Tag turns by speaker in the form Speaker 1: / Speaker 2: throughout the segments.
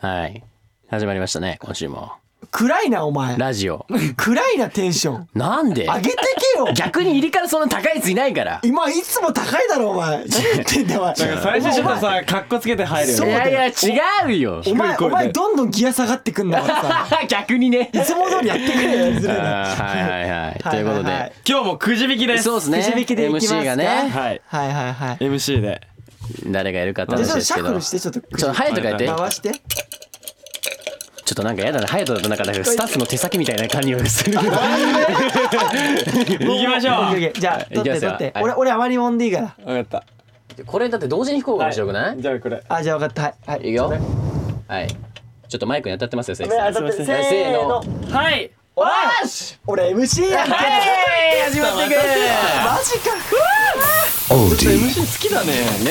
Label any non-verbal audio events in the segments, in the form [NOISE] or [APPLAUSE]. Speaker 1: はい。始まりましたね、今週も。
Speaker 2: 暗いな、お前。
Speaker 1: ラジオ。
Speaker 2: 暗いな、テンション。
Speaker 1: なんで
Speaker 2: 上げてけよ。
Speaker 1: 逆に入りからそんな高いやついないから。
Speaker 2: 今、いつも高いだろ、お前。何言ってんだよ、お前。
Speaker 3: なんか最初ちょっとさ、かっこつけて入るよ
Speaker 1: い
Speaker 2: そう
Speaker 3: ね。
Speaker 2: だ
Speaker 1: や
Speaker 2: よ
Speaker 1: いや、違うよ。
Speaker 2: お前、
Speaker 3: 低い声
Speaker 2: お
Speaker 3: で
Speaker 2: 前、どんどんギア下がってくんな、お前
Speaker 1: [LAUGHS]
Speaker 2: さ
Speaker 1: 逆にね。
Speaker 2: いつも通りやってくれよ、いず
Speaker 1: あ
Speaker 2: れ
Speaker 1: ーは
Speaker 2: に
Speaker 1: いはいはい。ということ
Speaker 2: はは
Speaker 1: で。
Speaker 3: 今日もくじ引きです。
Speaker 1: そうですね。
Speaker 2: くじ引きでいきますか
Speaker 1: MC がね、
Speaker 3: はい。
Speaker 2: はいはいはい。じ
Speaker 3: MC で。
Speaker 1: 誰がやるか
Speaker 2: ゃ
Speaker 1: 楽
Speaker 2: あ、
Speaker 1: し
Speaker 2: ちょ
Speaker 1: い
Speaker 2: っと
Speaker 1: で
Speaker 2: シ
Speaker 1: す
Speaker 2: ャ
Speaker 1: けど。ち
Speaker 2: ッフルして、ちょっと、
Speaker 1: ょっとハヤトがやって。ちょ
Speaker 2: 回して。
Speaker 1: っとなんかやだな、ハヤトだとなんかなんかスタッフの手先みたいな感じがする。
Speaker 3: 行きましょう。
Speaker 2: オッケーオッケ
Speaker 3: わ
Speaker 2: ーじゃあ、取っ
Speaker 1: いきます
Speaker 2: て取
Speaker 1: よ
Speaker 2: って。
Speaker 1: はい
Speaker 2: 俺、俺、あまりもんでいいから。
Speaker 3: かった。
Speaker 1: これだって同時に弾こうが面白くない
Speaker 3: じゃあこれ。
Speaker 2: あ、じゃあ分かった。はい。はい
Speaker 1: いくよ。はい。ちょっとマイクに当たってますよ、せい
Speaker 2: 当
Speaker 1: さん。
Speaker 2: たってる
Speaker 1: せーの。
Speaker 3: はい。
Speaker 2: おい俺 MC やんけ
Speaker 1: はい始まっていく
Speaker 2: マジか
Speaker 3: MC 好きだね。
Speaker 1: ねえ。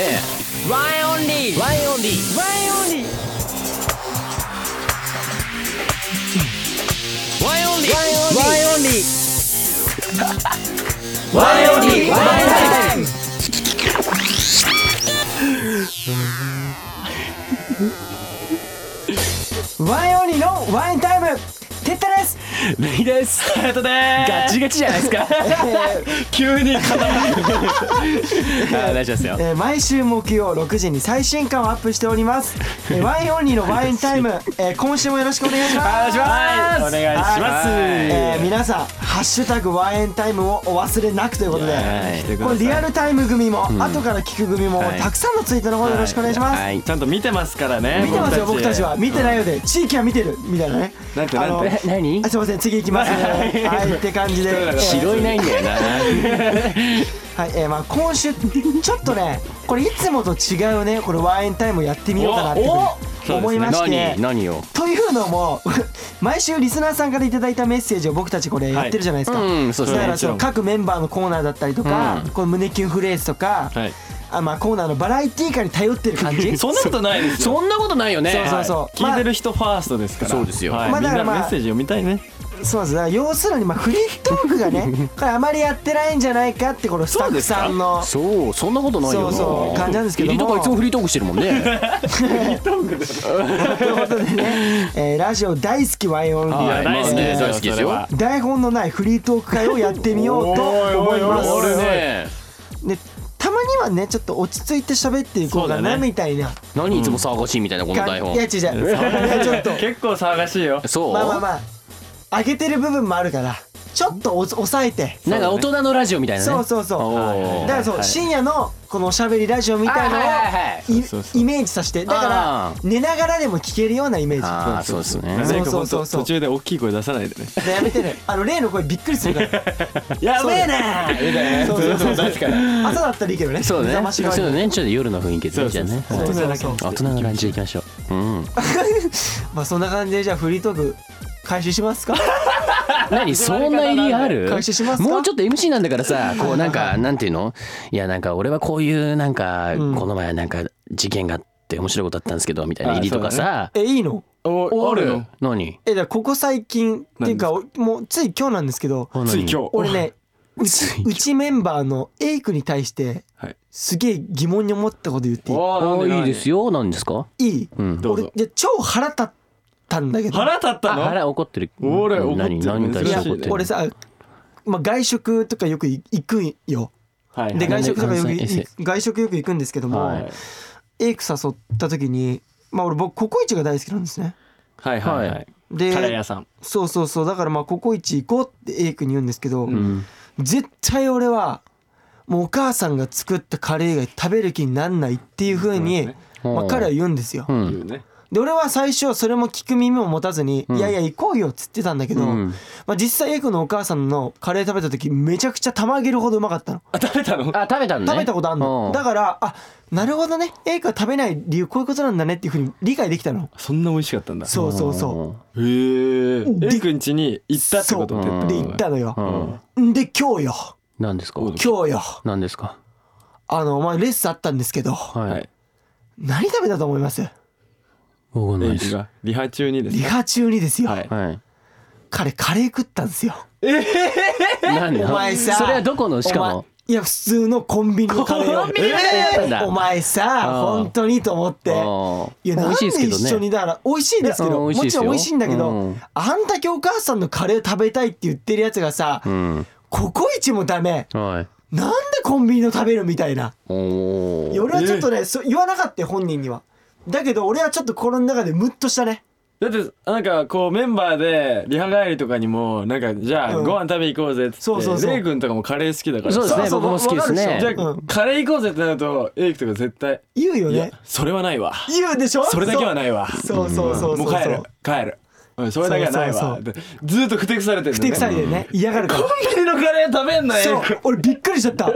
Speaker 1: ワンオンリーワンオンリーワンオンリーワンオンリーワンオンリーワンオンリーワンオンリーワンオンリー
Speaker 2: ワイオニのワインタイムてったです
Speaker 1: レイです
Speaker 3: ありがとうね。
Speaker 1: ガチガチじゃないですか
Speaker 3: 急に固まる。
Speaker 1: あ大丈夫ですよ
Speaker 2: えー毎週木曜6時に最新刊をアップしております、えー、ワインオンリーのワインタイム、えー今週もよろしくお願いします
Speaker 3: はいお願いします。
Speaker 2: えー皆さん「ハッシュタグワインタイム」をお忘れなくということで、
Speaker 1: はい
Speaker 3: 来てくだ
Speaker 2: こ
Speaker 3: さい
Speaker 2: れリアルタイム組も、後から聞く組も、
Speaker 1: はい
Speaker 2: たくさんのツイートの方よろしくお願いします、
Speaker 1: はい
Speaker 3: ちゃんと見てますからね。
Speaker 2: 見てますよ僕たちは見てないようで地域は見てるみたいなね
Speaker 3: なんてなんて
Speaker 2: あの
Speaker 1: え何
Speaker 2: あすいません次行きますねはいって感じで、えー
Speaker 1: 拾いないんだよな
Speaker 2: はいえーまあ、今週ちょっとねこれいつもと違うねこれワインタイムやってみようかなっていうふうに
Speaker 3: おお
Speaker 2: 思いまして、
Speaker 1: 何何を
Speaker 2: というのも毎週リスナーさんからいただいたメッセージを僕たちこれやってるじゃないですか、
Speaker 1: うんそうです
Speaker 2: だか
Speaker 1: ね
Speaker 2: らその各メンバーのコーナーだったりとか、この胸キュンフレーズとか、
Speaker 3: はい
Speaker 2: あまあ、コーナーのバラエティー化に頼ってる感
Speaker 3: [LAUGHS]
Speaker 2: じ
Speaker 3: そんなことないですよ。
Speaker 1: そんなことないよね
Speaker 2: そうそうそう
Speaker 3: 聞いてる人ファーストですから。
Speaker 1: そうですよ
Speaker 3: はい
Speaker 2: まあ
Speaker 3: みん
Speaker 2: だか
Speaker 3: な
Speaker 2: ら
Speaker 3: の
Speaker 2: まあ
Speaker 3: メッセージ読みたいね。
Speaker 2: そうですだから要するにまあフリートークがねこれあまりやってないんじゃないかってこのスタッフさんの
Speaker 1: そうそんなことないよな
Speaker 2: そうそう感じなんですけども
Speaker 1: 入りとかいつもフリートークしてるもんね
Speaker 2: ということでね、えーラジオ大好きワインオンリ
Speaker 1: は
Speaker 2: ー
Speaker 1: い大好きです
Speaker 3: まあね
Speaker 1: 大好きですよ
Speaker 3: それは
Speaker 2: 台本のないフリートーク会をやってみようと思いま
Speaker 3: おいおいおいおい
Speaker 2: す
Speaker 3: おい
Speaker 1: ね
Speaker 2: でたまにはねちょっと落ち着いて喋っていこうか
Speaker 3: そうだ
Speaker 2: な
Speaker 3: ね
Speaker 2: みたいな
Speaker 1: 何いつも騒がしいみたいなこの
Speaker 2: か
Speaker 1: 台
Speaker 2: い
Speaker 1: 本
Speaker 2: や違う違うそんなちょっと
Speaker 3: 結構騒がしいよ。
Speaker 1: そう
Speaker 2: まあまあまあ上げてる部分もあるからちょっとお抑えて
Speaker 1: なんか大人のラジオみたいなね
Speaker 2: そうそう
Speaker 1: お
Speaker 2: そう
Speaker 1: ー
Speaker 2: だからそう深夜のこのおしゃべりラジオみたい
Speaker 1: あはいはい
Speaker 2: のをい
Speaker 3: そうそうそう
Speaker 2: イメージさせてだ
Speaker 1: あ
Speaker 2: から寝ながらでも聞けるようなイメージ
Speaker 1: ああそうですね
Speaker 2: そう
Speaker 3: なんか
Speaker 2: そう
Speaker 3: 本
Speaker 2: そ
Speaker 3: 当
Speaker 2: うそう
Speaker 3: 途中で大きい声出さないでね。
Speaker 2: やめてねあの例の声びっくりするから
Speaker 3: や
Speaker 2: べえ
Speaker 3: な
Speaker 2: そうそうそう朝だったらいいけどね
Speaker 1: そう
Speaker 2: 目
Speaker 1: ね
Speaker 2: 覚ましが
Speaker 1: そうだねちょっと夜の雰囲気でねじゃあね
Speaker 3: そう
Speaker 2: 大人だけ
Speaker 3: そうそう
Speaker 1: 大人のランチでいきましょううん
Speaker 2: まあそんな感じでじゃあフリートーク開始しますか
Speaker 1: 何そんな入りある
Speaker 2: 回収しますか
Speaker 1: もうちょっと MC なんだからさこうなんかなんていうのいやなんか俺はこういうなんか
Speaker 2: ん
Speaker 1: この前なんか事件があって面白いことあったんですけどみたいな
Speaker 3: あ
Speaker 1: 入りとか
Speaker 3: そう
Speaker 1: さ
Speaker 2: えいいの
Speaker 3: おあるの。
Speaker 1: 何
Speaker 2: えだからここ最近っていうかおもうつい今日なんですけど
Speaker 3: つい今日。
Speaker 2: 俺ねうちうちメンバーのエイクに対して
Speaker 3: はい。
Speaker 2: すげえ疑問に思ったこと言ってい
Speaker 3: お
Speaker 1: あ
Speaker 3: ー
Speaker 1: いいです
Speaker 3: よ。
Speaker 1: よ何ですか
Speaker 2: いいい
Speaker 1: うん
Speaker 3: どう
Speaker 2: 俺
Speaker 3: ぞ。
Speaker 2: いや超腹立ったんだけど
Speaker 3: 腹立った
Speaker 1: あ
Speaker 3: の？
Speaker 1: ら怒ってる
Speaker 3: 俺怒ってる
Speaker 1: 何何に対
Speaker 2: い
Speaker 1: して
Speaker 2: や
Speaker 1: 怒ってる
Speaker 2: 俺さ、まあ、外食とかよくい行くんよ
Speaker 3: はいはい
Speaker 2: で外食とかよく
Speaker 1: 関西衛
Speaker 2: い外食よく行くんですけども、
Speaker 1: は
Speaker 3: はい
Speaker 2: エイク誘った時にまあ俺僕ココイチが大好きなんですね
Speaker 3: はいはいはい。
Speaker 2: で
Speaker 3: カレー屋さん。
Speaker 2: そうそうそうだからまあココイチ行こうってエイクに言うんですけど、
Speaker 1: うん
Speaker 2: 絶対俺はもうお母さんが作ったカレー以外食べる気になんないっていうふうに、
Speaker 1: うん
Speaker 2: まあ、彼は言うんですよ、
Speaker 1: うん
Speaker 3: 言うね。
Speaker 2: で俺は最初それも聞く耳も持たずに「
Speaker 1: ん
Speaker 2: いやいや行こうよ」っつってたんだけど、
Speaker 1: うん
Speaker 2: まあ、実際エイクのお母さんのカレー食べた時めちゃくちゃ玉あげるほどうまかったの
Speaker 3: あ食べたの？
Speaker 1: あ食べたのね
Speaker 2: 食べたことあんの、
Speaker 1: うん
Speaker 2: だからあなるほどねエイクは食べない理由こういうことなんだねっていうふうに理解できたの
Speaker 3: そんな美味しかったんだ。
Speaker 2: そうそうそう
Speaker 3: へえ。
Speaker 2: で
Speaker 3: エイくん家に行ったってこと
Speaker 2: そう
Speaker 1: うん
Speaker 2: で行ったの
Speaker 1: う
Speaker 2: よ、
Speaker 1: ん
Speaker 2: で今日よ
Speaker 1: 何ですか
Speaker 2: 今日よ
Speaker 1: 何ですか
Speaker 2: あのまあレッスンあったんですけど
Speaker 1: は
Speaker 3: はいい。
Speaker 2: 何食べたと思います
Speaker 1: わかんない
Speaker 3: エ
Speaker 1: で
Speaker 3: イク
Speaker 1: す
Speaker 3: がリハ中にです
Speaker 2: リ
Speaker 3: ね。
Speaker 2: ハ中にですよ、
Speaker 3: はい。
Speaker 1: はい
Speaker 2: 彼カレー食ったんですよ
Speaker 1: 何
Speaker 2: お前さ
Speaker 1: それはどこのしかも
Speaker 2: いや普通のコンビニのカレーよ
Speaker 1: コンビニのカレーだったんだ
Speaker 2: お前さ
Speaker 1: あー
Speaker 2: 本当にと思って
Speaker 1: あー
Speaker 2: いや
Speaker 1: 美
Speaker 2: なん
Speaker 1: 味しい
Speaker 2: で
Speaker 1: ですけどね
Speaker 2: 一緒にだから美味しいですけ
Speaker 1: うん
Speaker 2: ど
Speaker 1: 美
Speaker 2: も
Speaker 1: 味しいで
Speaker 2: ち
Speaker 1: す
Speaker 2: ろ
Speaker 1: よ
Speaker 2: ん美味しいんだけ
Speaker 1: う
Speaker 2: ど
Speaker 1: ん
Speaker 2: あんだけお母さんのカレー食べたいって言ってるやつがさ
Speaker 1: うん
Speaker 2: ココイチもダメ
Speaker 1: はい
Speaker 2: なんでコンビニの食べるみたいな
Speaker 1: おお
Speaker 2: いや俺はちょっとねそう言わなかったよ本人にはだけど俺はちょっと心の中でムッとしたね
Speaker 3: だってなんかこうメンバーでリハ帰りとかにもなんかじゃあ
Speaker 2: うん
Speaker 3: ご飯食べ行こうぜっつって、
Speaker 2: そうそうそう
Speaker 3: レイ君とかもカレー好きだから
Speaker 1: そうですね
Speaker 2: そうそう
Speaker 1: 僕も好きです
Speaker 2: わか
Speaker 1: ね
Speaker 2: る
Speaker 3: じ
Speaker 2: で
Speaker 3: ゃ
Speaker 2: し
Speaker 3: あ、
Speaker 2: ょうん
Speaker 3: カレー行こうぜってなるとエイクとか絶対
Speaker 2: 言うよ
Speaker 3: いや
Speaker 2: ね
Speaker 3: それはないわ
Speaker 2: 言うでしょ
Speaker 3: それだけはないわ
Speaker 2: そうそうそうそう
Speaker 3: もう帰る帰るうんそれだけはない
Speaker 2: そ
Speaker 3: わ
Speaker 2: う
Speaker 3: でずーっとふてくされてる
Speaker 2: ふてくされてね嫌がるか
Speaker 3: コ
Speaker 2: ら
Speaker 3: ンビニのカレー食べんな
Speaker 2: そ
Speaker 3: よ
Speaker 2: う俺びっくりしちゃった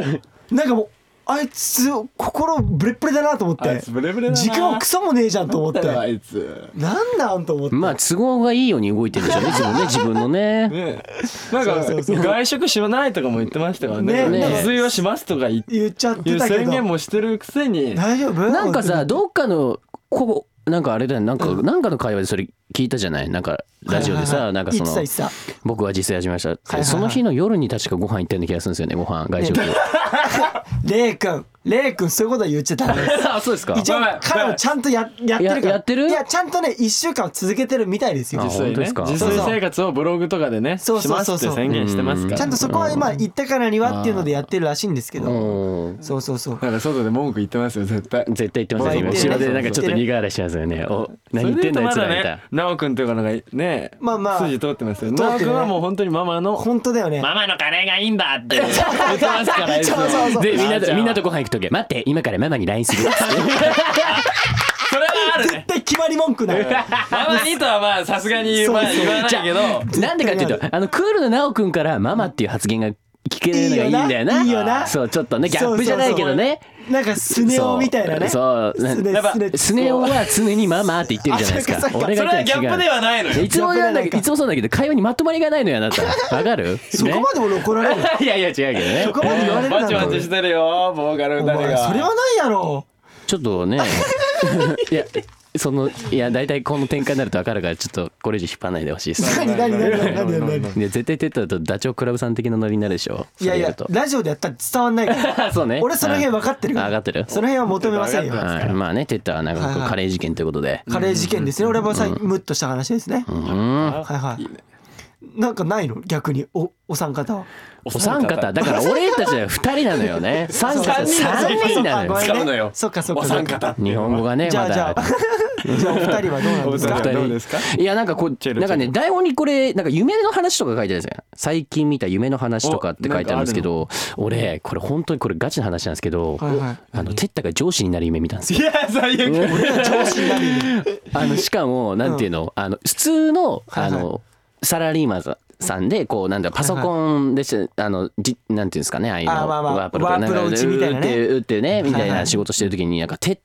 Speaker 2: なんかもうあいつ心ブレッブレだなと思っ
Speaker 3: あ
Speaker 2: て
Speaker 3: いつブレブレだな
Speaker 2: 時間をクソもねえじゃんと思って
Speaker 3: あいつ
Speaker 2: なんなんと思って
Speaker 1: まあ都合がいいように動いてるんでしょうね自
Speaker 2: [LAUGHS]
Speaker 1: 分ね自分のね
Speaker 3: ねなんか
Speaker 2: そうそうそう
Speaker 3: 外食しないとかも言ってましたからね
Speaker 2: ね
Speaker 1: ね
Speaker 3: 自炊はしますとか言って
Speaker 2: 言っちゃって
Speaker 3: いう
Speaker 2: たけ
Speaker 3: 宣言
Speaker 2: ど
Speaker 3: もしてるくせに
Speaker 2: 大丈夫
Speaker 1: なんかさどっかのここなんかあれだよねなんかなんかの会話でそれ聞いたじゃないなんかラジオで
Speaker 2: は
Speaker 1: さ
Speaker 2: いはいはい
Speaker 1: なんかその
Speaker 2: 言ってた言って
Speaker 1: 僕は自炊始めましたっ
Speaker 2: はいはいは
Speaker 1: て
Speaker 2: い
Speaker 1: その日の夜に確かご飯行ったような気がするんですよねご飯外
Speaker 2: [LAUGHS]
Speaker 1: 食
Speaker 2: た [LAUGHS] レイ君レイ君そういうことは言っちゃダメです
Speaker 1: あそうですか
Speaker 2: 一応彼はちゃんとややってるから
Speaker 1: ややってる
Speaker 2: いやちゃんとね1週間は続けてるみたいですよ
Speaker 1: あ
Speaker 3: 実際
Speaker 1: 本当で
Speaker 3: ね
Speaker 1: すか
Speaker 3: 自炊生活をブログとかでねし
Speaker 2: そうそう
Speaker 3: ま
Speaker 2: そ
Speaker 3: す
Speaker 2: う
Speaker 3: って
Speaker 2: そう
Speaker 3: 宣言してますから
Speaker 2: ちゃんとそこは今言ったからにはっていうのでやってるらしいんですけど
Speaker 1: おー
Speaker 2: そうそうそう
Speaker 3: なんか外で文句言ってますよ絶対
Speaker 1: 絶対言ってますよ今
Speaker 2: 言って
Speaker 1: 後
Speaker 2: る
Speaker 1: ろでなんかちょっと苦笑いしてますよねお何言ってんだやつ
Speaker 3: それ
Speaker 1: ら
Speaker 3: で
Speaker 1: みた
Speaker 3: 言う
Speaker 1: い
Speaker 3: とまだ
Speaker 1: な
Speaker 3: ね奈緒くんとかのがね
Speaker 2: まあまあ
Speaker 3: 筋通ってますよ
Speaker 2: 通ってるね
Speaker 3: 奈緒くんはもう本当にママの
Speaker 2: 本当だよね
Speaker 1: ママのカレーがいいんだって言ってます
Speaker 2: [LAUGHS]
Speaker 1: からいつも
Speaker 2: そうそうそう
Speaker 1: でみんな
Speaker 3: じゃ
Speaker 1: と
Speaker 3: あ
Speaker 1: みんなとご飯行く時待って今からママに LINE する
Speaker 3: それはあるね
Speaker 2: 絶対決まり
Speaker 1: [LAUGHS]
Speaker 2: 文句だよ
Speaker 3: ママにとはまあさすがに
Speaker 2: そうそう
Speaker 3: まあ言わないけ
Speaker 2: [LAUGHS]
Speaker 3: ど
Speaker 1: なんでかっていうとあのクールのなおくんからママっていう発言が聞けるのがいいんだよない
Speaker 2: いよな
Speaker 1: そうちょっとねギャップじゃないけどね
Speaker 2: なんかスネ夫みたいなね
Speaker 1: そうそう
Speaker 2: スネ
Speaker 3: やっぱ
Speaker 2: スネ
Speaker 1: スネ夫は常にママって言ってるじゃないです
Speaker 2: あ
Speaker 1: か
Speaker 2: そうかそうか
Speaker 1: 俺
Speaker 3: そ
Speaker 1: が
Speaker 3: れは
Speaker 1: 言っ
Speaker 3: ギ
Speaker 1: たら違
Speaker 3: ャップで
Speaker 1: う
Speaker 3: はないのよ
Speaker 1: いつもなんだ
Speaker 2: ギャップではないか
Speaker 1: いつもそうだけど会話にまとまりがないのよあなたわかる
Speaker 2: そこまで俺怒られる
Speaker 1: [LAUGHS] ねいやいや違うけどね
Speaker 2: そこまで言われる
Speaker 3: バ
Speaker 2: なん
Speaker 3: チ
Speaker 2: だ
Speaker 3: バ
Speaker 2: ろ
Speaker 3: チしてるよボーカル
Speaker 2: お
Speaker 3: 二人
Speaker 2: 前
Speaker 3: が
Speaker 2: それはないやろ
Speaker 1: ちょっとね [LAUGHS] いやそのいや大体この展開になるとわかるからちょっとこれ以上引っ張らないでほしいです
Speaker 2: 何何何何何何
Speaker 1: いや絶対テッドだとダチョウクラブさん的なノリになるでしょ
Speaker 2: いやいや
Speaker 1: それる
Speaker 2: ラジオでやったら伝わんないか
Speaker 1: とそうね
Speaker 2: ら俺その辺分かってるか
Speaker 1: あ
Speaker 2: ら
Speaker 1: 分かってる
Speaker 2: その辺は求めませんよ
Speaker 3: 分かっ
Speaker 1: はいまあねテッドはなんか
Speaker 2: はい
Speaker 1: こ
Speaker 2: は
Speaker 1: う
Speaker 2: い
Speaker 1: カレー事件ということで
Speaker 2: カレー事件ですね俺もさムッとした話ですね
Speaker 1: う
Speaker 2: は
Speaker 1: ん
Speaker 2: いはいなんかないの逆におお三方は
Speaker 1: お三方だから俺たちは二人なのよ
Speaker 2: [LAUGHS]
Speaker 1: ね三人
Speaker 3: 三
Speaker 1: 三
Speaker 3: 人
Speaker 1: 人なの
Speaker 2: ごめ
Speaker 1: よ
Speaker 2: んね
Speaker 3: 使うのよ
Speaker 2: そっかそっ
Speaker 3: お
Speaker 2: かそっ
Speaker 3: 三
Speaker 2: か
Speaker 3: 方
Speaker 1: 日本語がね
Speaker 2: じゃ
Speaker 1: ま
Speaker 2: あじゃ
Speaker 1: だ
Speaker 2: あじゃあお二人はどうなんです
Speaker 3: お
Speaker 2: か
Speaker 3: 二人どうですか
Speaker 1: いやなんかこ
Speaker 3: チェ
Speaker 1: う
Speaker 3: ル
Speaker 1: なんか
Speaker 3: チェ
Speaker 1: ね台本にこれなんか夢の話とか書いてあるんですよ最近見た夢の話とかって書いてあるんですけど俺これ本当にこれガチな話なんですけど
Speaker 2: はいはい
Speaker 1: あのテッタが上司になる夢見たん
Speaker 2: [LAUGHS]
Speaker 1: ですよ
Speaker 3: いや最悪
Speaker 2: 調子になる
Speaker 1: あのしかもなんていうのあの普通の
Speaker 2: は
Speaker 1: あ
Speaker 2: いはい
Speaker 1: のサラリーマンさんでこうなんだパソコンでしあのじなんていうんですかねああいうの
Speaker 2: あーまあまあ
Speaker 1: とか
Speaker 2: ワープロ打ちみたいなね
Speaker 1: んか打って打ってねみたい
Speaker 2: はいは
Speaker 1: ない仕事してる時になんかテッ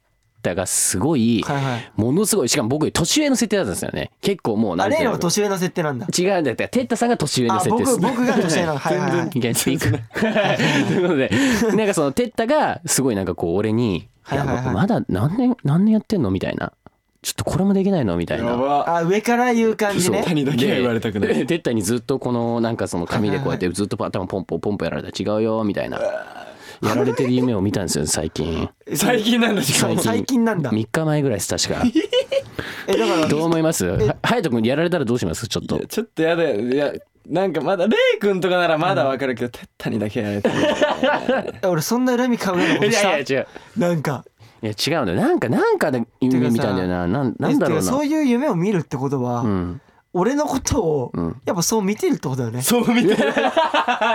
Speaker 1: タがすごい
Speaker 2: はいはい
Speaker 1: ものすごいしかも僕より年上の設定だったんですよね結構もうな
Speaker 2: あ
Speaker 1: んてい
Speaker 2: れ
Speaker 1: う
Speaker 2: の
Speaker 1: の
Speaker 2: が年上の設定なんだ
Speaker 1: 違うんだよテッタさんが年上の
Speaker 2: あ
Speaker 1: 設定で
Speaker 2: 僕
Speaker 1: す
Speaker 2: 僕が年上なのはいはいはい
Speaker 1: いやちょっと行くということでなんかそのテッタがすごいなんかこう俺に「い
Speaker 2: はい
Speaker 1: や
Speaker 2: はいはい
Speaker 1: 僕まだ何年何年やってんの?」みたいな「ちょっとこれもできないの?」みたい
Speaker 3: や
Speaker 1: な。
Speaker 3: ば
Speaker 2: あ上から言う感じね
Speaker 3: 谷だけは言われたくない
Speaker 1: で [LAUGHS] テッタにずっとこのなんかその紙でこうやってずっと頭ポンポンポンポンやられたら違うよみたいなやられてる夢を見たんですよ最
Speaker 2: [LAUGHS]
Speaker 1: 近
Speaker 3: 最近なんだしかも
Speaker 2: 最近なんだ
Speaker 1: 3日前ぐらいです確
Speaker 2: [LAUGHS]
Speaker 1: か
Speaker 2: えだから
Speaker 1: どう思いますは隼人君やられたらどうしますちょっと
Speaker 3: ちょっとやだよいやなんかまだレイ君とかならまだわかるけどてったにだけやられてる
Speaker 2: え俺そんな恨み買うようなことした
Speaker 1: 違う
Speaker 2: なんか
Speaker 1: いや違うんだよなんかなんかで夢見たんだよななんなんだろ
Speaker 2: え
Speaker 1: う
Speaker 2: てか
Speaker 1: な
Speaker 2: そういう夢を見るってことは、
Speaker 1: うん
Speaker 2: 俺のことを
Speaker 1: うん
Speaker 2: やっぱそう見てるってことだよね、
Speaker 3: そう見 [LAUGHS] てる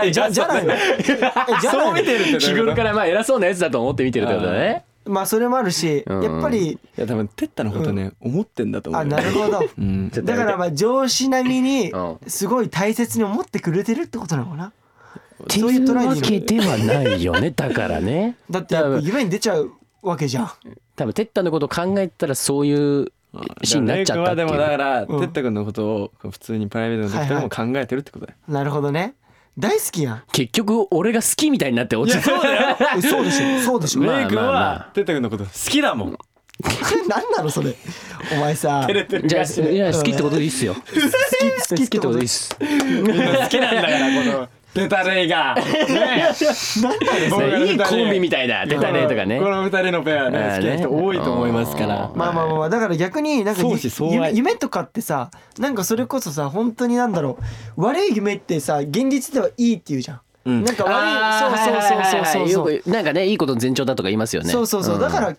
Speaker 2: えじゃじゃないのえじゃ
Speaker 3: そう
Speaker 2: な
Speaker 3: 見
Speaker 2: い
Speaker 3: てるってどういう [LAUGHS] こと
Speaker 1: 日頃からまあ偉そうなやつだと思って見てるってことだね。
Speaker 2: のまあそれもあるし、
Speaker 1: うん
Speaker 2: やっぱり
Speaker 3: いや多分てったのことね、思ってんだと思う
Speaker 2: あ
Speaker 3: よ
Speaker 2: なるほど
Speaker 1: [LAUGHS]
Speaker 3: うん
Speaker 1: ちょっと
Speaker 2: だからまあ上司並みに
Speaker 1: う
Speaker 2: すごい大切に思ってくれてるってことなのかな
Speaker 1: っていうわけではないよねだからね。
Speaker 2: だってやっぱ夢に出ちゃうわけじゃん
Speaker 1: 多分テッタのことを考えたらそういうシーンになっちゃったってい
Speaker 3: レイ君はでもだか
Speaker 1: う。
Speaker 3: ら、
Speaker 2: うん
Speaker 3: てったくんのことを普通にプライベートの時からも考えてるってことだよ、
Speaker 2: なるほどね大好きやん
Speaker 1: 結局俺が好きみたいになって落ちる。
Speaker 2: えそうでしょそうでしょ
Speaker 1: まあ
Speaker 3: レイ君
Speaker 1: まあま
Speaker 3: はてったくんのこと好きだもん
Speaker 2: [LAUGHS] 何なのそれお前さ
Speaker 3: 照れてる
Speaker 1: じゃ
Speaker 3: が
Speaker 1: あいや好きってことでいいっすよ。好
Speaker 2: 好き好き
Speaker 1: き
Speaker 2: っ
Speaker 1: っててこ
Speaker 2: こ
Speaker 1: ととでいい
Speaker 2: で
Speaker 1: っ
Speaker 2: す
Speaker 1: す。
Speaker 3: 好きなんだからこの出たレイが。ね
Speaker 1: そう
Speaker 3: 僕らの二
Speaker 1: い
Speaker 3: 人
Speaker 1: いコンビみたいな出たねとかね
Speaker 3: この二人のペアね、好きな人多いと思いますから。
Speaker 2: まあまあまあまあだから逆になんか
Speaker 3: 相
Speaker 2: ゆ
Speaker 3: 思相
Speaker 2: 夢
Speaker 3: 愛
Speaker 2: 夢とかってさなんかそれこそさ本当になんだろう悪い夢ってさ現実ではいいって言うじゃん、
Speaker 3: うん
Speaker 2: なんか
Speaker 1: あ
Speaker 2: 悪いそうそうそうそうそうそう、
Speaker 1: うなんかねいいことの前兆だとか言いますよね
Speaker 2: そうそうそう、
Speaker 1: ん
Speaker 2: だから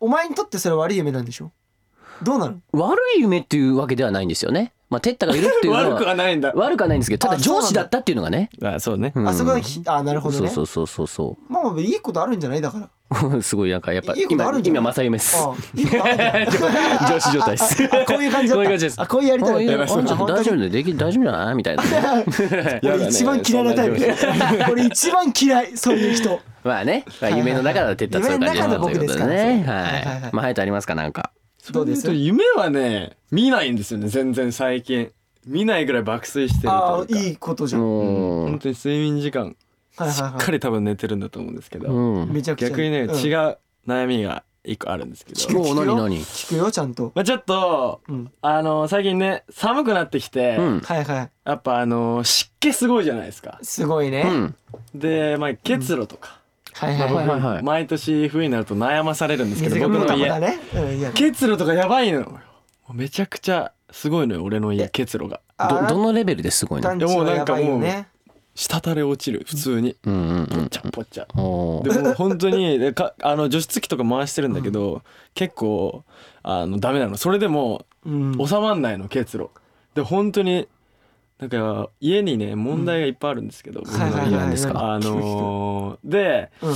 Speaker 2: お前にとってそれは悪い夢なんでしょどうなの
Speaker 1: 悪い夢っていうわけではないんですよねまあテッタがいるっていうのは
Speaker 3: 悪くはないんだ。
Speaker 1: 悪くはないんですけどただ
Speaker 2: あそうな
Speaker 1: 上
Speaker 2: んだ
Speaker 1: 司だったっていうのがね
Speaker 3: あ、そうね。
Speaker 1: うん
Speaker 2: あそこがきあなるほど
Speaker 1: そう
Speaker 2: ね
Speaker 1: そうそうそうそ
Speaker 2: まあまあいいことあるんじゃないだから
Speaker 1: う [LAUGHS] すごいなんかやっぱ
Speaker 2: いいことあ
Speaker 1: 今
Speaker 2: るんじゃな
Speaker 1: 今
Speaker 2: い
Speaker 1: 正夢です
Speaker 2: あいいことあるんじゃない
Speaker 1: [LAUGHS] 上司状態です
Speaker 2: あ [LAUGHS] こういう感じだ
Speaker 1: こうい
Speaker 2: った
Speaker 1: う感じです
Speaker 2: あこういうやりとりだ
Speaker 1: あ
Speaker 2: っ
Speaker 1: いや
Speaker 2: たあ
Speaker 1: 大丈
Speaker 2: 本当に
Speaker 1: 夫
Speaker 2: [LAUGHS]
Speaker 1: だよでき大丈夫じゃないみたいな
Speaker 3: やだね
Speaker 2: 俺一番嫌いなタイプ俺一番嫌いそういう人
Speaker 1: まあねまあ夢の中だテッタはそういう感じだったということで
Speaker 2: 夢の中の僕
Speaker 1: ね
Speaker 2: ですからはいはい
Speaker 1: は
Speaker 2: はい
Speaker 1: いまあハヤトありますかなんか
Speaker 2: どうです
Speaker 3: 夢はね、見ないんですよね、全然最近。見ないぐらい爆睡してる
Speaker 2: あ
Speaker 3: と
Speaker 2: あ
Speaker 3: いうか。
Speaker 2: いいことじゃん、はい
Speaker 1: も
Speaker 3: 本
Speaker 1: う
Speaker 3: 当に睡眠時間、
Speaker 2: はい
Speaker 3: しっ
Speaker 2: は
Speaker 3: かり多分寝てるんだと思うんですけ
Speaker 1: う
Speaker 3: ど。
Speaker 1: ん
Speaker 2: いめちゃくちゃ
Speaker 3: 逆にね、違
Speaker 2: う
Speaker 3: う
Speaker 2: ん
Speaker 3: 悩みが一個あるんですけ
Speaker 2: 聞
Speaker 3: ど
Speaker 2: く。
Speaker 1: もう
Speaker 2: 聞くよ
Speaker 1: 何何
Speaker 2: 聞くよちゃんと
Speaker 3: まあちょっと、
Speaker 2: うん
Speaker 3: あの最近ね寒くなってきて、
Speaker 1: うん
Speaker 2: はいはい
Speaker 3: やっぱあの湿気すごいじゃないですか
Speaker 2: すごいね、
Speaker 1: うん
Speaker 3: で、まあ、結露とか、
Speaker 2: はいはいはい、
Speaker 1: はいはい
Speaker 3: 毎年冬になると悩まされるんですけ
Speaker 2: 水が
Speaker 3: ど僕
Speaker 2: も
Speaker 3: の
Speaker 2: たもた
Speaker 3: 家
Speaker 2: ね、うん、いや
Speaker 3: 結露とかやばいのよもうめちゃくちゃすごいのよ俺の家結露が
Speaker 2: あ
Speaker 1: ど
Speaker 2: な
Speaker 1: どのレベルですごいの
Speaker 2: 団地はやばいよ
Speaker 3: いや
Speaker 2: ね
Speaker 3: 滴れ落ちる普通に
Speaker 1: うんうんう
Speaker 3: ぽっ
Speaker 1: ん
Speaker 3: ちゃぽっちゃ
Speaker 1: お
Speaker 3: で
Speaker 1: ー
Speaker 3: もう本当にでかあの除湿機とか回してるんだけど、結構あのダメなのそれでも
Speaker 2: うん
Speaker 3: 収まんないの結露で本当になんか家にね問題がいっぱいあるんですけど、僕の
Speaker 2: はいはいはい
Speaker 1: 何なんですか
Speaker 3: あのーで
Speaker 2: うん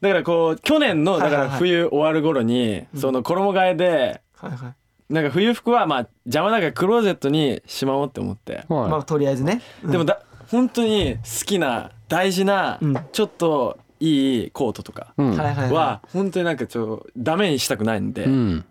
Speaker 3: だからこう去年の
Speaker 2: はいは
Speaker 3: だ
Speaker 2: いは
Speaker 3: か
Speaker 2: い
Speaker 3: ら冬終わる頃に
Speaker 2: うん
Speaker 3: その衣替えで
Speaker 2: はいはい
Speaker 3: なんか冬服はまあ邪魔だからクローゼットにしまおうって思って
Speaker 2: まあ
Speaker 1: は
Speaker 2: とりあえずね、うん
Speaker 3: でもだ本当に好きな大事な
Speaker 2: うん
Speaker 3: ちょっといいコートとか
Speaker 1: いうん
Speaker 2: はいはい
Speaker 3: は本当になんかちょっとダメにしたくないんで
Speaker 1: うん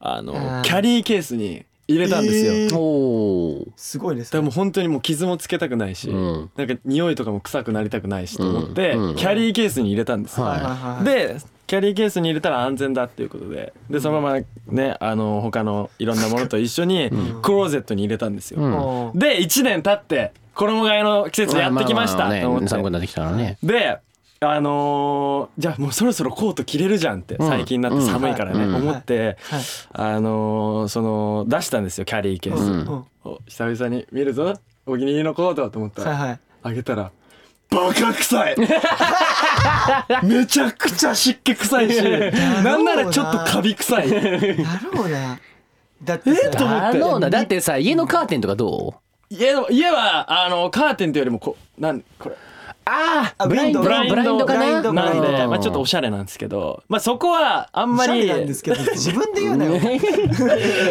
Speaker 3: あの
Speaker 2: あー
Speaker 3: キャリーケースに入れたんですよ。
Speaker 2: え
Speaker 3: だ
Speaker 2: ー
Speaker 1: おお
Speaker 2: すごいです
Speaker 3: から
Speaker 2: ね
Speaker 3: もう本当にもう傷もつけたくないし、
Speaker 1: うん
Speaker 3: なんか匂いとかも臭くなりたくないしと思って、
Speaker 1: うんうん
Speaker 3: キャリーケースに入れたんですよ。
Speaker 1: はい
Speaker 2: はい
Speaker 3: でキャリーケースに入れたら安全だっていうことででそのままねあの他のいろんなものと一緒に
Speaker 2: ん
Speaker 3: クローゼットに入れたんですよ、
Speaker 1: うん
Speaker 2: おー
Speaker 3: で1年経って衣替えの季節やってきまし
Speaker 1: あ
Speaker 3: た
Speaker 1: ああ
Speaker 3: と思
Speaker 1: ね寒く
Speaker 3: って
Speaker 1: なってきたらね
Speaker 3: であのーじゃあもうそろそろコート着れるじゃんって
Speaker 1: ん
Speaker 3: 最近になって寒いからね
Speaker 1: うん
Speaker 3: 思って
Speaker 2: はい
Speaker 3: あのーその出したんですよキャリーケー
Speaker 2: う
Speaker 3: ス、
Speaker 2: んうん
Speaker 3: お久々に見るぞお気に入りのコートと思った
Speaker 2: はい
Speaker 3: ら
Speaker 2: はい
Speaker 3: あげたらバカ臭い [LAUGHS] めちゃくちゃ湿気臭
Speaker 2: [LAUGHS]
Speaker 3: いしなんならちょっとカビ臭い
Speaker 2: だろうねだってさ
Speaker 3: えと思って
Speaker 1: だろうなだってさ家のカーテンとかどう
Speaker 3: 家の家はあのカーテンというよりもこうなんこれ
Speaker 1: あ
Speaker 2: あ
Speaker 1: ブラインド
Speaker 2: ブラインド
Speaker 1: ブラインドか
Speaker 2: ブライ
Speaker 1: な
Speaker 2: ンド
Speaker 3: なん
Speaker 2: ブライン
Speaker 3: で、
Speaker 2: ド
Speaker 3: まあ、ちょっとおしゃれなんですけど、まあ、そこはあん
Speaker 2: お
Speaker 3: ま
Speaker 2: しゃれ
Speaker 3: り
Speaker 2: なんですけど自分で言うなよ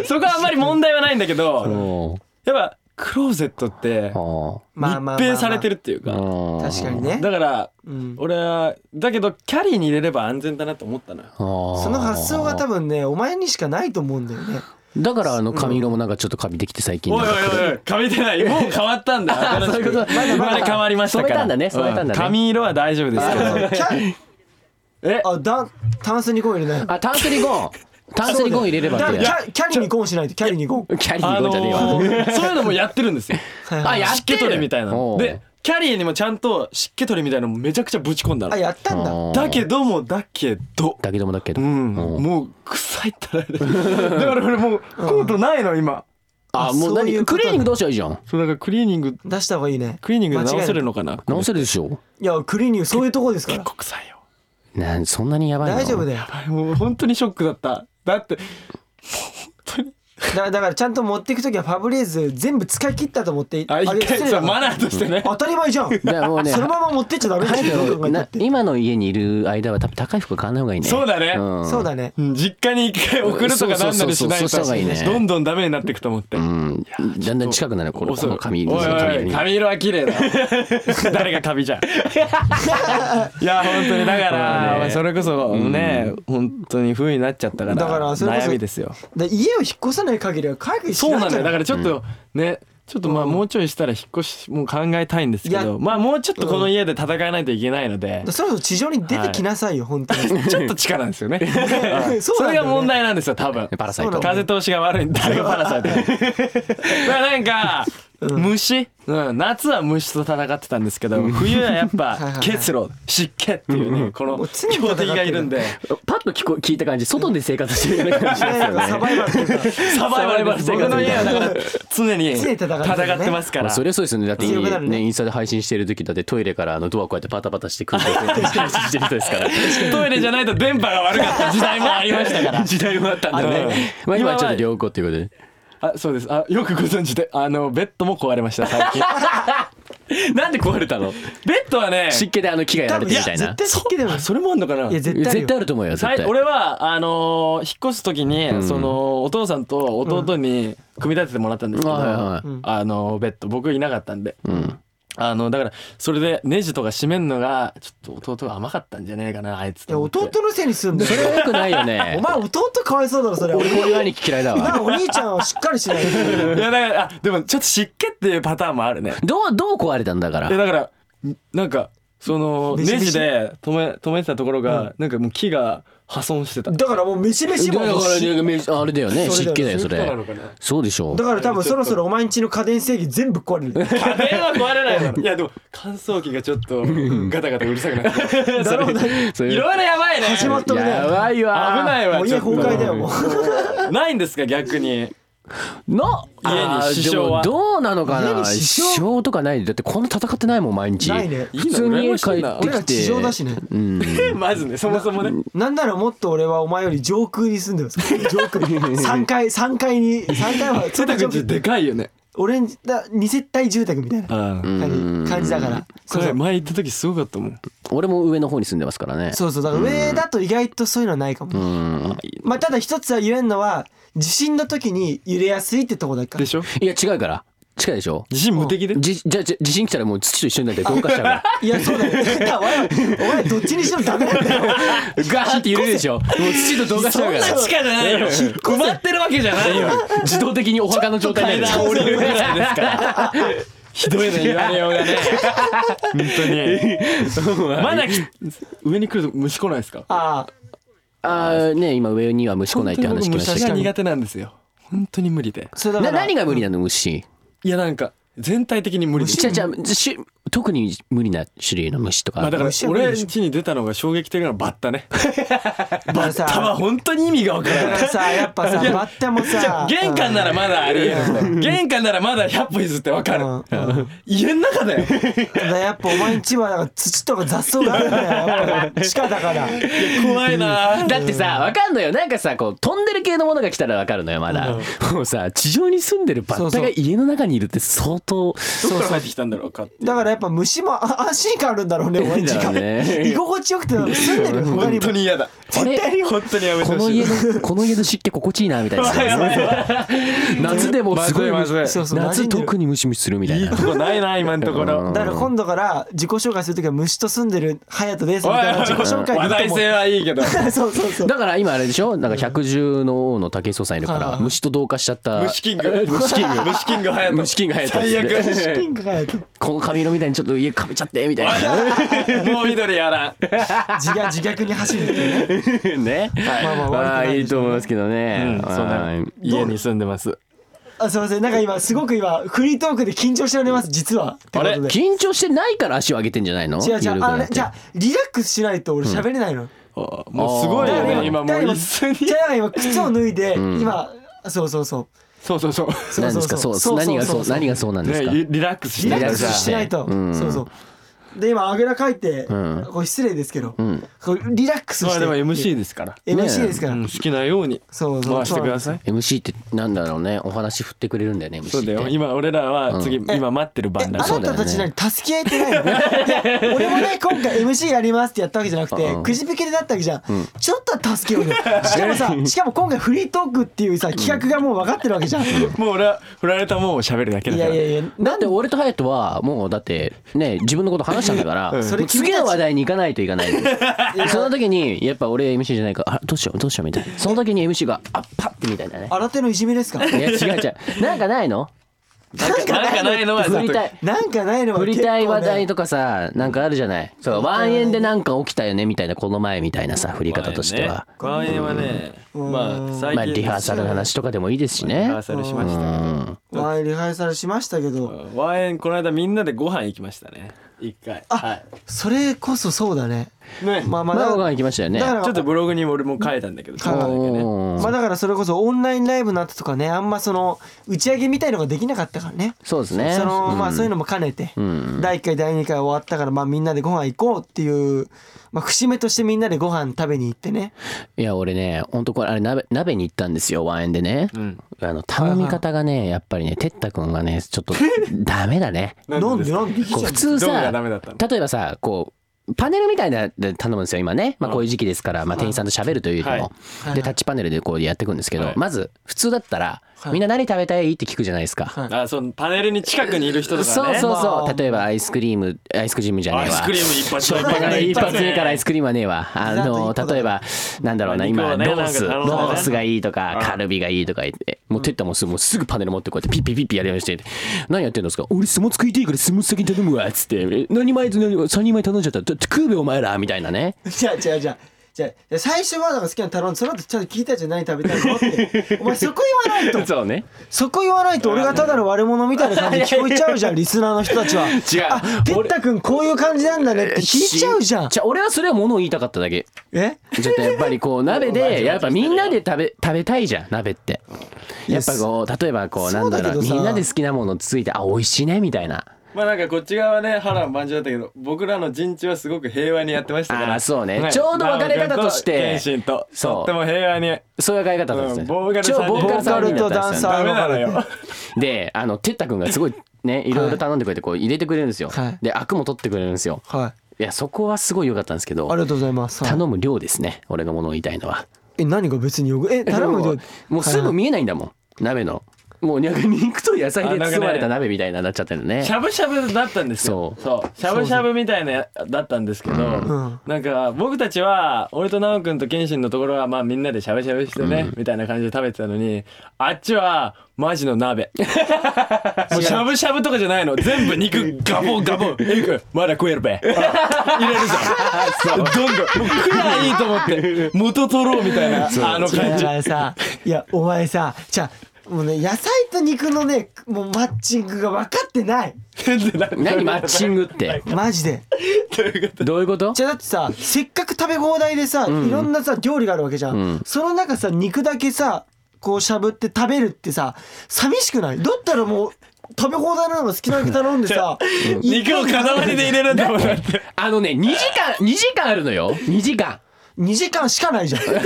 Speaker 3: そこはあんまり問題はないんだけど
Speaker 1: お
Speaker 2: [LAUGHS]
Speaker 3: やっぱクローゼットって
Speaker 1: ー
Speaker 2: まあまあまあ
Speaker 3: 密閉されて
Speaker 2: る
Speaker 3: るっていう
Speaker 1: あ
Speaker 3: か
Speaker 1: ー
Speaker 2: 確かにね
Speaker 3: だから
Speaker 2: うん
Speaker 3: 俺はだけどキャリーに入れれば安全だなと思ったのよ
Speaker 1: あー
Speaker 2: その発想が多分ねお前にしかないと思うんだよね
Speaker 1: だからあの髪色もなんかちょっとカビてきて最近
Speaker 3: おい
Speaker 1: な
Speaker 3: お
Speaker 1: ん
Speaker 3: い
Speaker 1: か
Speaker 3: おい髪出ないもう変わったんだ新しく
Speaker 1: そういうこと
Speaker 3: 生まれ変わりましたから
Speaker 1: 染めたんだね染めたんだね
Speaker 3: う髪色は大丈夫ですけど
Speaker 2: キャ
Speaker 3: え
Speaker 2: あだタンスにゴン入れない
Speaker 1: あタンスリ
Speaker 2: [LAUGHS]
Speaker 1: ゴンタンスリゴン入れれば
Speaker 2: だ
Speaker 1: い
Speaker 2: か
Speaker 1: い
Speaker 2: ら
Speaker 1: んだよ
Speaker 2: キャキャリにゴンしないとキャリにゴン
Speaker 1: キャリー
Speaker 3: あ
Speaker 1: リゴ [LAUGHS]
Speaker 3: の
Speaker 1: ンじゃねえわ
Speaker 3: ーそういうのもやってるんですよ
Speaker 1: あや
Speaker 3: 湿
Speaker 1: って
Speaker 3: 気
Speaker 1: る
Speaker 3: 取りみたいなの
Speaker 1: おう
Speaker 3: でキャリーにもちゃんと湿気取りみたいなのもめちゃくちゃぶち込んだ
Speaker 2: あ
Speaker 3: の
Speaker 2: やったんだ
Speaker 1: あー
Speaker 3: だけどもだけど
Speaker 1: だけどもだけ
Speaker 3: う
Speaker 1: ど
Speaker 3: ん
Speaker 1: おう
Speaker 3: もう臭いったらあれだから俺もうコートないの今
Speaker 1: あもう
Speaker 2: そう
Speaker 1: 何
Speaker 2: いうこと
Speaker 1: クリーニングどうしたらいいじゃん
Speaker 3: そうだからクリーニング
Speaker 2: 出した方がいいね
Speaker 3: クリーニングで
Speaker 2: 間違い
Speaker 3: 直
Speaker 2: ない
Speaker 3: せるのかな
Speaker 1: 直せるでしょ
Speaker 2: いやクリーニングそういうとこですから
Speaker 3: 結構臭いよ
Speaker 1: なんそんなにやばいの
Speaker 2: 大丈夫だよ
Speaker 3: やばいもう本当にショックだっただって
Speaker 2: だからだからちゃんと持っていくときはファブリーズ全部使い切ったと思って
Speaker 3: あ
Speaker 2: れ
Speaker 3: 一回
Speaker 2: 失礼
Speaker 3: そ
Speaker 2: だ
Speaker 3: う
Speaker 2: から
Speaker 3: マナーとしてね
Speaker 2: 当たり前じゃん
Speaker 1: だからもうね
Speaker 2: そのまま持ってっちゃダメだよどう考えた
Speaker 1: な
Speaker 2: って
Speaker 1: 今の家にいる間は多分高い服買わない方がいいね
Speaker 3: そうだね
Speaker 1: ん
Speaker 2: そうだね
Speaker 3: うん実家に一回送るとかなんなりしない
Speaker 1: そうそうそうそうした方がいいね
Speaker 3: とどんどんダメになっていくと思って
Speaker 1: うんだんだん近くなるこのこ
Speaker 3: 恐
Speaker 1: の
Speaker 3: ろ
Speaker 1: 髪
Speaker 3: おいおいおい
Speaker 1: 髪色に
Speaker 3: 髪色は綺麗だ [LAUGHS] 誰が髪じゃんいや本当にだから、まあそれこそね、本当に冬になっちゃったから
Speaker 2: だからそれこそ
Speaker 3: 悩みですよ
Speaker 2: だ家を引っ越さない限りは海外し
Speaker 3: そう
Speaker 2: ない
Speaker 3: なん
Speaker 2: じゃ
Speaker 3: だよだ
Speaker 2: ん
Speaker 3: からちょっと、ねちょっとまあ
Speaker 2: うん
Speaker 3: もうちょいしたら引っ越しもう考えたいんですけ
Speaker 2: い
Speaker 3: ど
Speaker 2: や
Speaker 3: まあもうちょっとこの家で戦わないといけないので、
Speaker 2: そろそろ地上に出てきなさいよ本当にそう
Speaker 3: ちょっと力なんですよね
Speaker 2: なんだよね
Speaker 3: それが問題なんですよ多分
Speaker 1: パラサイ
Speaker 2: そう
Speaker 1: ト
Speaker 2: なんだ
Speaker 3: 風通しが悪い誰がパラサイトだからなんか虫、うん、夏は虫と戦ってたんですけど冬はやっぱ結露湿気っていうねこ
Speaker 2: も
Speaker 3: の
Speaker 2: う常に戦
Speaker 3: 強
Speaker 2: ってる
Speaker 3: 敵がいるんで
Speaker 1: パッと聞こ聞いた感じ外で生活してるような感じです
Speaker 2: なん
Speaker 1: よ
Speaker 2: かサ
Speaker 1: ね。
Speaker 2: バイバルと
Speaker 1: [LAUGHS]
Speaker 2: いうか
Speaker 3: サバイバルです
Speaker 1: サバイ
Speaker 3: 僕
Speaker 1: バ
Speaker 3: の
Speaker 1: ル
Speaker 3: 家はだから常に
Speaker 2: 常に戦ってるね
Speaker 3: 戦ってますか
Speaker 1: まあ
Speaker 3: ら
Speaker 1: それはそうですよねだって
Speaker 2: 強くなるね
Speaker 1: ねインスタで配信してる時だってトイレからあのドアこうやってパタパタしてくる配信してる人ですから
Speaker 3: トイレじゃないと電波が悪かった時代もありましたから
Speaker 1: 時代もあったんだねま
Speaker 3: うん
Speaker 1: あ今は
Speaker 3: 今は
Speaker 1: ちょっと良好っていうことで
Speaker 3: あそうですあよくご存知であのベッドも壊れました最近
Speaker 1: なんで壊れたの
Speaker 3: ベッドはね
Speaker 1: 湿気であの木がやられてるみたい
Speaker 2: い
Speaker 1: な
Speaker 2: や絶対湿気だよね
Speaker 3: あそれもあんのかない
Speaker 2: や絶対ある
Speaker 1: 絶
Speaker 2: よ
Speaker 1: 対あると思うよ絶
Speaker 3: さい
Speaker 1: 対
Speaker 3: 俺はあのー引っ越す時に、
Speaker 1: ん
Speaker 3: そのお父さんと弟に組み立ててもらったんですけど、
Speaker 1: はいはい
Speaker 2: うん
Speaker 3: あのーベッド僕いなかったんで、
Speaker 1: うん
Speaker 3: あのだからそれでネジとか閉めるのがちょっと弟が甘かったんじゃねえかなあいつ
Speaker 2: い
Speaker 3: と
Speaker 2: や
Speaker 3: 思って
Speaker 2: 弟のせいにするんだ
Speaker 1: それ
Speaker 2: よ
Speaker 1: は良くないよね
Speaker 2: お前弟かわいそうだろそれ
Speaker 1: 俺こういう兄貴嫌いだわ
Speaker 2: なあお兄ちゃんはしっかりしないと
Speaker 3: いやだからあでもちょっと湿気っていうパターンもあるね
Speaker 1: どうどう壊れたんだか
Speaker 3: いや
Speaker 1: ら
Speaker 3: だからんなんかその
Speaker 2: ビシ
Speaker 3: ネ
Speaker 2: ビシ
Speaker 3: ジで止め止めてたところが、なんかもう木が破損して [LAUGHS] た
Speaker 2: だからもう飯飯
Speaker 1: だ
Speaker 2: も
Speaker 1: からあれだよね
Speaker 2: それだよ
Speaker 1: 湿気だよそ
Speaker 3: そうな
Speaker 1: れ
Speaker 3: のかな
Speaker 1: そうでしょ
Speaker 2: だから多分そろそろお前んちの家電制御全部壊れる
Speaker 3: 家電は壊れないだろいやでも乾燥機がちょっ
Speaker 1: [LAUGHS]
Speaker 3: とガタガタうるさく [LAUGHS] なって
Speaker 1: う
Speaker 2: だろうね
Speaker 1: それ
Speaker 3: いろいろやばいね
Speaker 2: 始まったね
Speaker 1: やばいわ
Speaker 3: 危ない
Speaker 2: も
Speaker 3: わ
Speaker 2: う家
Speaker 3: ちょっと
Speaker 2: 崩壊だよもう
Speaker 3: ないんですか逆 [LAUGHS] に
Speaker 1: の
Speaker 3: 家に支障は
Speaker 1: あーでもどうなのか
Speaker 2: 家
Speaker 1: な
Speaker 2: に支
Speaker 1: 支
Speaker 2: 障
Speaker 1: 障とかないだってこんな戦ってないもん毎日
Speaker 2: ないね
Speaker 1: 普通に家帰
Speaker 3: いいな
Speaker 1: って
Speaker 2: 俺ら
Speaker 1: き
Speaker 2: 地上
Speaker 1: て
Speaker 2: だしね
Speaker 1: うん
Speaker 3: まずねそもそもね
Speaker 2: なんならもっと俺はお前より上空に住んでます
Speaker 1: [LAUGHS]
Speaker 2: 上空3階3階に3階は
Speaker 3: 背高口でかいよね
Speaker 2: 俺んだ2世帯住宅みたいな
Speaker 3: う
Speaker 2: 感
Speaker 3: ん
Speaker 2: じ感じだから
Speaker 3: こ
Speaker 2: そうそ
Speaker 3: れ
Speaker 2: う
Speaker 3: 前行った時すごかったもん
Speaker 1: 俺も上の方に住んでますからね
Speaker 2: そうそうだから上だと意外とそういうのはないかもね
Speaker 1: うん
Speaker 2: まあただ一つは言えんのは地震の時に揺れやすいってとこだか
Speaker 3: で
Speaker 2: ら
Speaker 3: しょ
Speaker 1: いや違うから近いでしょ
Speaker 3: 自信無敵で
Speaker 1: じじゃあじゃあ地震来たらもう土と一緒になって同化しちゃうから
Speaker 2: いやそうだよだからお前お前どっちにしろダメなんだよ
Speaker 1: ガーって揺れるでしょもう土と同化しちゃうから
Speaker 2: そんな
Speaker 3: 地下じゃない [LAUGHS] よ埋まってるわけじゃないよ
Speaker 1: 自動的にお墓の状態になる
Speaker 3: 降りるぐらいです [LAUGHS] からひどいね言われようがね本当にまだき上に来ると虫来ないですか
Speaker 2: あ
Speaker 1: あーね今上には虫来ないって話聞きま
Speaker 3: 本当に僕
Speaker 1: し
Speaker 3: 虫
Speaker 1: た
Speaker 3: が
Speaker 1: け
Speaker 3: 苦手なんですよ本当に無理で
Speaker 2: あそれ
Speaker 1: ど
Speaker 2: だか
Speaker 1: な
Speaker 2: ら
Speaker 1: 何が無理なの虫
Speaker 3: いやなんか全体的に無理で
Speaker 1: ちゃちゃし特に無理な種類の虫とか
Speaker 3: まあだから
Speaker 2: 虫は無理
Speaker 3: 俺
Speaker 2: でしょ
Speaker 3: ん家に出たのが衝撃的なのはバッ [LAUGHS] タね
Speaker 2: だから
Speaker 3: バッタは
Speaker 2: さ
Speaker 3: 本当に意味がわから
Speaker 2: だ
Speaker 3: な
Speaker 2: か
Speaker 3: い
Speaker 2: らさやっぱさ
Speaker 3: いや
Speaker 2: バッタもさ
Speaker 3: [LAUGHS] 玄関ならまだありえるんだよ玄関ならまだ100歩譲ってわかる
Speaker 2: うん
Speaker 3: 家の中だよ
Speaker 2: ただやっぱお前んちはなんか土とか雑草があるんだよやっぱ地下だから
Speaker 3: 怖いな
Speaker 1: だってさわかんのよなんかさこう飛んでる系のものが来たらわかるのよまだ、もうさ地上に住んでるバッタが家の中にいるって相当
Speaker 3: どこから帰ってきたんだろうかって
Speaker 2: だからやっぱ虫もあ安心感あるんだろうねお前んち
Speaker 1: だ
Speaker 2: が
Speaker 1: よね
Speaker 2: 居心地よくて住んでるよ他に
Speaker 3: 本
Speaker 2: も
Speaker 3: 当に嫌だ
Speaker 1: れ
Speaker 3: 絶対に本当にやめて
Speaker 1: こ
Speaker 3: ほ
Speaker 1: の
Speaker 3: しい
Speaker 1: 家のこの家の湿気心地いいなみたいなさ夏でもすごい
Speaker 3: まずいまずい
Speaker 2: そうそう馴染
Speaker 1: 夏
Speaker 2: んでる
Speaker 1: 特にムシムシするみたい
Speaker 3: いい
Speaker 1: な
Speaker 3: とこないな今のところ
Speaker 2: だから今度から自己紹介するときは虫と住んでる隼人ですみたいな自己紹介でい
Speaker 3: 話
Speaker 2: いと
Speaker 3: 題
Speaker 2: 思う
Speaker 3: 性はいいけど
Speaker 2: [LAUGHS] そうそうそう
Speaker 1: だから今あれでしょなんか百獣の王の武井壮さんいるか
Speaker 2: はいは
Speaker 1: ら
Speaker 2: い
Speaker 1: 虫と同化しちゃった
Speaker 3: 虫キン
Speaker 1: [LAUGHS]
Speaker 3: グ虫キング [LAUGHS] 虫キング早
Speaker 1: 虫キング [LAUGHS] 隼
Speaker 3: 最
Speaker 1: 人
Speaker 3: 悪
Speaker 2: 虫 [LAUGHS] キング隼人
Speaker 1: この髪色みたいにちょっと家かぶっちゃってみたい
Speaker 3: もう緑やらん
Speaker 2: 自虐自虐に走るっていうね
Speaker 1: なね
Speaker 2: まあまあ
Speaker 1: まあ
Speaker 2: 悪くない
Speaker 1: い
Speaker 2: で
Speaker 1: い
Speaker 2: しょ
Speaker 1: と思いますけどね
Speaker 3: うんそんな
Speaker 1: はい
Speaker 3: 家に住んでます
Speaker 2: あすいませんなんか今すごく今フリートークで緊張しております実はってこと
Speaker 3: あれ
Speaker 2: で
Speaker 1: 緊張してないから足を上げてんじゃないの
Speaker 2: 違う違
Speaker 1: 緩く
Speaker 2: う
Speaker 1: な
Speaker 2: あ
Speaker 1: っ
Speaker 2: の
Speaker 1: て
Speaker 2: じゃあリラックスしないと俺喋れないの、
Speaker 3: あもうすごい
Speaker 2: だ
Speaker 3: よ
Speaker 2: から
Speaker 3: ね今もう
Speaker 2: だから
Speaker 3: 一緒に
Speaker 2: じゃあ今靴を脱いで、今そうそうそう
Speaker 3: そうそうそう
Speaker 2: そう
Speaker 1: 何ですかそう何がそう何がそうなんです
Speaker 3: ね
Speaker 1: か
Speaker 3: リリラックスし
Speaker 2: リ
Speaker 3: て
Speaker 2: ラ
Speaker 3: か
Speaker 2: ッ
Speaker 3: ら
Speaker 2: クスしないと、そうそうで今あぐらかいて、
Speaker 1: ん
Speaker 2: こう失礼ですけど、こうリラックス
Speaker 3: ま
Speaker 2: し
Speaker 3: あ
Speaker 2: て、
Speaker 3: でも MC ですから
Speaker 2: MC ですから、
Speaker 3: うん好きなように
Speaker 2: そうそう
Speaker 3: 回してください
Speaker 1: MC ってなんだろうねお話振ってくれるんだよね MC って
Speaker 3: そうだよ今俺らは次今待ってる
Speaker 2: え
Speaker 3: 番
Speaker 2: あ
Speaker 3: だ
Speaker 2: なたたち何助け合えてないのいや俺もね今回 MC やりますってやったわけじゃなくてくじ引きでなったわけじゃん、ちょっとは助けようよしかもさしかも今回フリートークっていうさ企画がもう分かってるわけじゃん、
Speaker 3: もう俺は振られたもんを喋るだけだ
Speaker 2: い
Speaker 3: か
Speaker 2: や
Speaker 3: ら
Speaker 2: いやいや
Speaker 1: だって俺と隼人はもうだってね自分のこと話したんだから、
Speaker 2: それ君たち
Speaker 1: 次の話題に行かないといかないんでその時にやっぱ俺 MC じゃないからあどうしようどうしようみたいなその時に MC があパッてみたいなね
Speaker 2: 新手のいじめですか
Speaker 1: いや違う違うなんかないの
Speaker 2: なんか
Speaker 3: なんかないのは
Speaker 1: 振りたい
Speaker 2: なんかないの
Speaker 1: [LAUGHS]
Speaker 2: は
Speaker 1: 振り
Speaker 2: 結構
Speaker 1: たい
Speaker 2: ね
Speaker 1: 話題とかさなんかあるじゃないそうワンエンでなんか起きたよねみたいなこの前みたいなさ振り方としては、
Speaker 3: ワンエンはねまあ最
Speaker 1: まあ
Speaker 3: 近
Speaker 1: リハーサルの話とかでもいいですし
Speaker 3: リ
Speaker 1: ね
Speaker 3: ハーサルしまし
Speaker 1: う
Speaker 3: た
Speaker 1: ん
Speaker 2: ワンエンリハーサルしましたけど、
Speaker 3: けどワンエンこの間みんなでご飯行きましたね一回
Speaker 2: あ
Speaker 3: は
Speaker 2: それこそそうだね。
Speaker 3: いね
Speaker 2: まあまあ
Speaker 1: まあ
Speaker 2: だ
Speaker 1: ご飯行きましたよね
Speaker 2: だから
Speaker 3: ちょっとブログにも俺も書いたんだけどちょっとだけね
Speaker 1: うん
Speaker 2: まあだからそれこそオンラインライブの後とかねあんまその打ち上げみたいのができなかったからね
Speaker 1: そうですね
Speaker 2: そのまあ
Speaker 1: ん
Speaker 2: そういうのも兼ねて、
Speaker 1: ん
Speaker 2: 第1回第2回終わったからまあみんなでご飯行こうっていう、まあ、節目としてみんなでご飯食べに行ってね
Speaker 1: いや俺ねほんとこれあれ鍋鍋に行ったんですよワンエンでね、
Speaker 3: ん
Speaker 1: あの頼み方がねやっぱりね哲太くんがねちょ
Speaker 2: [LAUGHS]
Speaker 1: っとダメだね
Speaker 2: なんで
Speaker 3: な
Speaker 2: なんでいいじゃ
Speaker 1: こ
Speaker 2: ん
Speaker 1: う普通
Speaker 3: どれ
Speaker 1: さ
Speaker 3: がダメだったの
Speaker 1: 例えばさこうパネルみたいなので頼むんですよ今ね、まあ、こういう時期ですから、まあ、店員さんと喋るというよりも、
Speaker 3: はい
Speaker 2: はい
Speaker 1: でタッチパネルでこうやっていくんですけど、
Speaker 3: はい
Speaker 1: まず普通だったら、
Speaker 2: はい
Speaker 1: みんな何食べたいって聞くじゃないですか、
Speaker 2: はい
Speaker 3: あそうパネルに近くにいる人と
Speaker 1: そ
Speaker 3: か
Speaker 1: う
Speaker 3: ね
Speaker 1: そうそう、
Speaker 2: まあ
Speaker 1: 例えばアイスクリームアイスクリームじゃね
Speaker 3: ア
Speaker 1: え
Speaker 3: イ
Speaker 1: わ
Speaker 3: スクリーム一発
Speaker 1: だから一発目からアイ
Speaker 3: ス
Speaker 1: スクリームはねえわ。あの
Speaker 2: デザート一個だ
Speaker 1: 例えばなんだろうな
Speaker 3: 肉
Speaker 1: 今
Speaker 3: はね
Speaker 1: ロース
Speaker 3: な
Speaker 1: ロ
Speaker 3: んか頼んだね
Speaker 1: ースがいいとかカルビがいいとか言ってもうてったもうすぐもうすぐパネル持ってこうやってピッピッピッピやりまして何やってんですか俺スモツ食いていいからスモツ先に頼むわっつってえ何枚何三人前頼んじゃっただって食うべお前らみたいなね。
Speaker 2: [LAUGHS] じゃあじゃあじゃあじゃあじゃあ最初はだから好きなの頼んでその後ちゃんと聞いたじゃん何食べたいのって [LAUGHS] お前そこ言わ
Speaker 1: [LAUGHS]
Speaker 2: ないと
Speaker 1: そうね。
Speaker 2: そこ言わないと俺がただの悪者みたいな感じで聞こえちゃうじ
Speaker 1: [LAUGHS]
Speaker 2: ゃんリスナーの人たちは違
Speaker 1: う
Speaker 2: あ哲太君こういう感じなんだねって聞いちゃうじゃん
Speaker 1: じゃ俺はそれは物を言いたかっただけ。
Speaker 2: え
Speaker 1: ちょっとやっぱりこう鍋でやっぱみんなで食べ食べたいじゃん鍋って。やっぱこう例えばこうな
Speaker 2: そ
Speaker 1: ん
Speaker 2: うだ
Speaker 1: だ
Speaker 2: けど
Speaker 1: ろうみ
Speaker 2: さ
Speaker 1: んなで好きなものついてあ美味しいねみたいな。
Speaker 3: まあなんかこっち側はね波乱万丈だったけど僕らの陣地はすごく平和にやってましたから
Speaker 1: あーそうねちょうど分かれ方として
Speaker 3: 謙信と
Speaker 1: そう
Speaker 3: とっても平和に
Speaker 1: そういう考え方なんですね。
Speaker 3: うんボーカルさんに
Speaker 1: 超ボーカルさんになったんですよね
Speaker 2: ボーカルとダンサー
Speaker 3: ダメなのよ
Speaker 1: であの哲太くんがすごいねいろいろ頼んでくれてこう入れてくれるんですよ、
Speaker 2: はい
Speaker 1: で悪も取ってくれるんですよ
Speaker 2: は
Speaker 1: い
Speaker 2: い
Speaker 1: やそこはすごい良かったんですけど
Speaker 2: ありがとうございます。
Speaker 1: 頼む量ですね俺が物を言いたいのは
Speaker 2: え、何が別によく、え、頼む
Speaker 1: も
Speaker 2: と
Speaker 1: うもうすぐ見えないんだもん鍋のもうなんか肉と野菜で
Speaker 3: あなんかね
Speaker 1: 包まれた鍋みたいななっちゃってるね
Speaker 3: しゃぶしゃぶだったんですよ
Speaker 1: そう
Speaker 3: そうしゃぶしゃぶみたいなやだったんですけど、
Speaker 2: ん
Speaker 3: なんか僕たちは俺と奈くんと謙信のところはまあみんなでしゃぶしゃぶしてね、みたいな感じで食べてたのにあっちはマジの [LAUGHS] 鍋もうしゃぶしゃぶとかじゃないの全部肉ガボンガボンエリクまだ食えるべ入れるぞ [LAUGHS] どんどんもう食らいいと思って元取ろうみたいなあの
Speaker 2: だ
Speaker 3: 感じ
Speaker 2: からさ、いや、お前さ、じゃあもうね、野菜と肉のね、もうマッチングが分かってない。
Speaker 1: 何マッチングって
Speaker 2: マジで。
Speaker 1: どういうこと
Speaker 2: じゃあだってさ、せっかく食べ放題でさ、いろんなさ、料理があるわけじゃん。その中さ、肉だけさ、こうしゃぶって食べるってさ、寂しくないだったらもう、食べ放題なのが好きなだけ頼んで [LAUGHS] さ、
Speaker 3: 肉を塊で入れるんだもんだって
Speaker 1: あのね2時間2時間あるのよ2時間
Speaker 2: 2時間しかないじゃ [LAUGHS] ん。
Speaker 3: 戦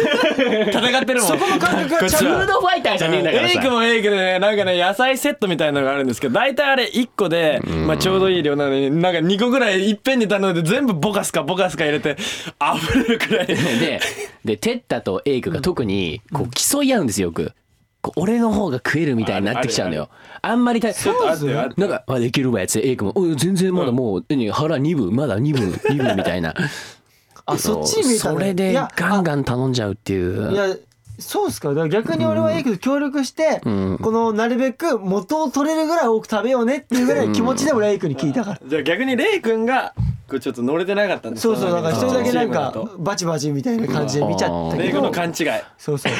Speaker 3: ってるもん
Speaker 2: そこの感覚がちゃ
Speaker 1: フ
Speaker 2: ん
Speaker 3: こっちは
Speaker 1: ードファイターじゃねえんだから
Speaker 3: エイク
Speaker 1: さ
Speaker 3: もエイクでねなんかね野菜セットみたいなのがあるんですけど大体あれ1個で、まあ、ちょうどいい量なのになんか2個ぐらいいっぺんに頼んで全部ボカスカボカスカ入れて溢れるくら
Speaker 1: [LAUGHS]
Speaker 3: い
Speaker 1: ででテッタとエイクが特にこう競い合うんですよよくこう俺の方が食えるみたいになってきちゃうのよあんまりた
Speaker 3: と待ってよ
Speaker 1: なんか、あ、できるわやつで、エイクも、おい全然まだもう、え腹2分、まだ2分、2分みたいな。
Speaker 2: あ、そっちに見えたね
Speaker 1: それで
Speaker 2: いや、
Speaker 1: ガンガン頼んじゃうっていう。
Speaker 2: いやそうっすかだから逆に俺はエイクと協力して、
Speaker 1: ん
Speaker 2: このなるべく元を取れるぐらい多く食べようねっていうぐらいの気持ちで俺はエイクに聞いたから、
Speaker 3: じゃあ逆にレイ君がこうちょっと乗れてなかったんです
Speaker 2: そうそうだから一人だけなん
Speaker 3: チームだ
Speaker 2: か
Speaker 3: と
Speaker 2: バチバチみたいな感じで見ちゃった
Speaker 3: レ
Speaker 2: け
Speaker 3: イ君
Speaker 2: ど
Speaker 3: の勘違い
Speaker 2: そうそう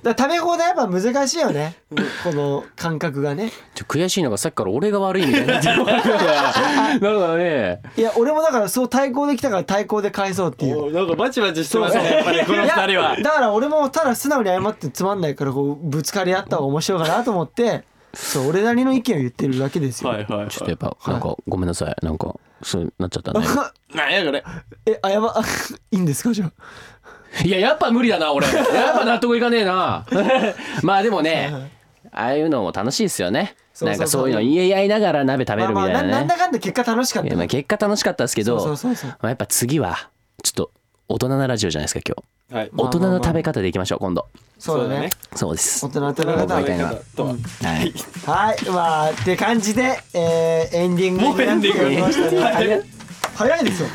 Speaker 2: だから食べ放題やっぱ難しいよねこの感覚がね
Speaker 1: ちょ悔しいのがさっきから俺が悪いみたいになってるだからね、
Speaker 2: いや俺もだからそう対抗できたから対抗で返そうっていう
Speaker 3: おなんかバチバチしてますねやっぱりこの2人は
Speaker 2: だから俺もただ素直に謝ってつまんないからこうぶつかり合った方が面白いかなと思ってそう俺なりの意見を言ってるだけですよ、
Speaker 3: はいはい、はい、
Speaker 1: ちょっとやっぱ、なんか、ごめんなさい。なんか、そうなっちゃったね。
Speaker 3: なんやこれ
Speaker 2: え、謝、 [LAUGHS] いいんですかじゃ
Speaker 1: いや、やっぱ無理だな、
Speaker 2: [LAUGHS]
Speaker 1: 俺。やっぱ納得いかねえな。まあでもね、ああいうのも楽しいですよね。
Speaker 2: そうそ
Speaker 1: な
Speaker 2: うそう
Speaker 1: んかそういうの言い合いながら鍋食べ
Speaker 2: まあ
Speaker 1: るみ
Speaker 2: ま
Speaker 1: た
Speaker 2: あ
Speaker 1: い
Speaker 2: な、な
Speaker 1: なんね
Speaker 2: だ。かんだ結果楽しかっ
Speaker 1: い
Speaker 2: た
Speaker 1: やまあ
Speaker 2: ね。
Speaker 1: 結果楽しかったですけど、
Speaker 2: そうそうそうそう
Speaker 1: まあやっぱ次はちょっと大人なラジオじゃないですか今
Speaker 3: はい
Speaker 1: 日大人の食べ方でいきましょう今度
Speaker 2: そうだね。
Speaker 1: そうです
Speaker 2: 大人の食べ
Speaker 1: 大
Speaker 2: 方
Speaker 1: 人の食べ
Speaker 3: 方とは
Speaker 1: はい
Speaker 2: はい、まあ、って感じで、えーエンディング
Speaker 3: もうエンディング
Speaker 2: になっておりましたね
Speaker 3: はい
Speaker 2: 早い早いですよ。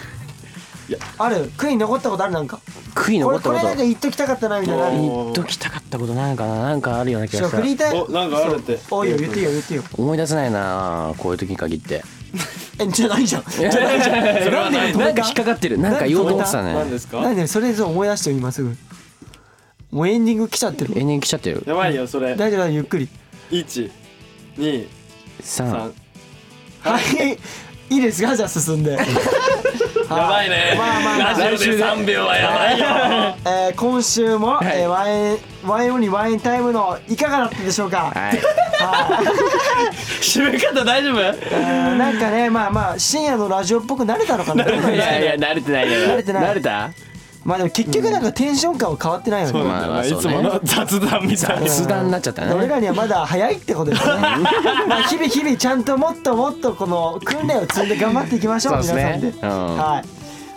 Speaker 2: ある悔い残ったことあるなんか
Speaker 1: 悔い残
Speaker 2: これ
Speaker 1: った
Speaker 2: こ
Speaker 1: こ
Speaker 2: れ
Speaker 1: と
Speaker 2: なんか言っときたかったなみたいなのある
Speaker 1: 言っときたかったことなんかななんかあるような気
Speaker 2: ち
Speaker 1: が
Speaker 2: ょ
Speaker 1: し
Speaker 2: っと
Speaker 1: た
Speaker 2: 振りたい
Speaker 4: おなんかあるって
Speaker 2: そうおいよ言っていいよ言っていいよ
Speaker 1: 思い出せないなこういう時に限って
Speaker 2: えじゃないじゃんじゃ
Speaker 1: それ
Speaker 2: ないじゃん
Speaker 1: はないなんか引っかかってるなんか言おうと思ってた
Speaker 4: 何
Speaker 1: ね
Speaker 4: ですか
Speaker 2: なんでそれそう思い出してよ今すぐもうエンディング来ちゃってる
Speaker 1: エンディング来ちゃってる
Speaker 4: やばいよそれ
Speaker 2: 大丈夫だゆっくり
Speaker 4: 一二
Speaker 1: 3
Speaker 4: 三
Speaker 2: はいいいですかじゃあ進んでやば
Speaker 3: いね
Speaker 2: まあまあまあ
Speaker 3: ラジオで3秒はやばいよ
Speaker 2: [LAUGHS] えー今週も、
Speaker 1: い
Speaker 2: えーワインワインオンリーワインタイムのいかがだったでしょうか、
Speaker 1: はい
Speaker 2: はい
Speaker 3: 締め方大丈夫
Speaker 2: えーなんかねまあまあ深夜のラジオっぽくなれたのかな
Speaker 1: [LAUGHS] いや
Speaker 2: [LAUGHS]
Speaker 1: いや慣れてないよ
Speaker 2: 慣れてない
Speaker 1: 慣れた
Speaker 2: まあでも結局なんかテンション感は変わってないよね、
Speaker 1: まあま
Speaker 4: い
Speaker 1: あ
Speaker 4: つ
Speaker 1: そうね
Speaker 4: もの雑談みたいな
Speaker 1: 雑談になっちゃった
Speaker 2: 俺
Speaker 1: ね
Speaker 2: らにはまだ早いってこ
Speaker 1: [LAUGHS]
Speaker 2: とですねまあ日々日々ちゃんともっともっとこの訓練を積んで頑張っていきましょう
Speaker 1: そうです
Speaker 2: 皆さ
Speaker 1: ね
Speaker 2: んで、
Speaker 1: うん
Speaker 2: はい、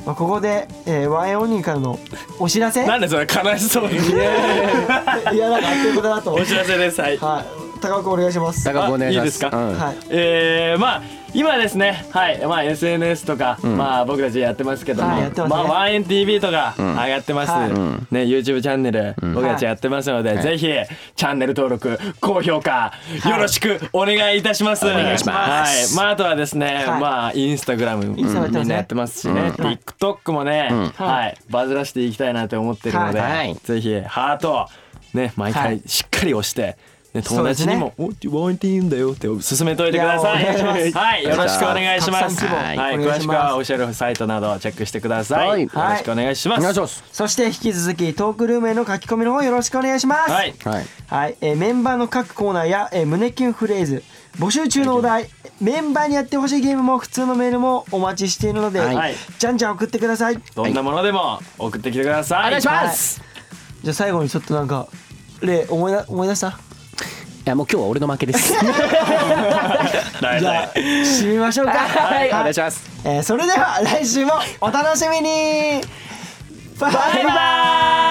Speaker 2: まあ、ここで、えー、ワインオンリーからのお知らせい
Speaker 4: な
Speaker 2: や
Speaker 4: んでそれ悲しそうに
Speaker 2: なんかあっ [LAUGHS] ということだと思う
Speaker 4: お知らせですはい
Speaker 2: はい高尾君お願いします
Speaker 1: 高くお願いします
Speaker 4: あいいですか
Speaker 1: うん
Speaker 2: はい
Speaker 3: えー、まあ今ですね、はいまあ、SNS とか、まあ、僕たちやってますけども、
Speaker 2: はいやってますね
Speaker 3: まあ、ワンエン TV とか上がってます、
Speaker 2: はい
Speaker 3: ね、YouTube チャンネル、僕たちやってますので、ぜひチャンネル登録高評価、よろしくお願いいたしますお
Speaker 1: 願いします
Speaker 3: はいまあ、あとはですね、
Speaker 2: はい
Speaker 3: まあ、インスタグラムみ
Speaker 2: インスタもやってますね
Speaker 3: んなやってますしね、TikTok もね、はい、バズらせていきたいなと思ってるので、
Speaker 1: はい
Speaker 3: ぜひハートを、ね、毎
Speaker 2: は
Speaker 3: 回
Speaker 2: い
Speaker 3: しっかり押して、ね、
Speaker 2: そ
Speaker 3: 友
Speaker 2: うです
Speaker 3: 達
Speaker 2: ね
Speaker 3: にも「おってワンエンティーんだよ」って勧めといてください
Speaker 2: いやお願いします
Speaker 3: はい、よろしくお願いしま
Speaker 2: 拡
Speaker 3: す。
Speaker 2: 散希望
Speaker 3: は
Speaker 2: お
Speaker 3: い、
Speaker 2: 願
Speaker 3: 詳
Speaker 2: い
Speaker 3: し
Speaker 2: し
Speaker 3: く
Speaker 2: ます
Speaker 3: はオフィシャルサイトなどをチェックしてください。
Speaker 1: はい
Speaker 3: よろしくお願いします。
Speaker 1: お願いします
Speaker 2: そして引き続きトークルームへの書き込みの方よろしくお願いします
Speaker 3: はい、
Speaker 1: はい
Speaker 2: はいえーメンバーの各コーナーや、えー胸キュンフレーズ募集中のお題メンバーにやってほしいゲームも普通のメールもお待ちしているので、
Speaker 1: はい
Speaker 2: じゃんじゃん送ってください
Speaker 3: どんなものでも送ってきてください。
Speaker 1: お願いします
Speaker 2: じゃあ最後にちょっとなんか例思いだ思い出した
Speaker 1: いやもう今日は俺の負けです
Speaker 3: 大
Speaker 2: じゃ
Speaker 3: 体
Speaker 2: あ締めましょうか
Speaker 1: はいお願いし
Speaker 2: は
Speaker 1: ます
Speaker 2: えーそれでは来週もお楽しみにバイバイ
Speaker 3: バイバーイ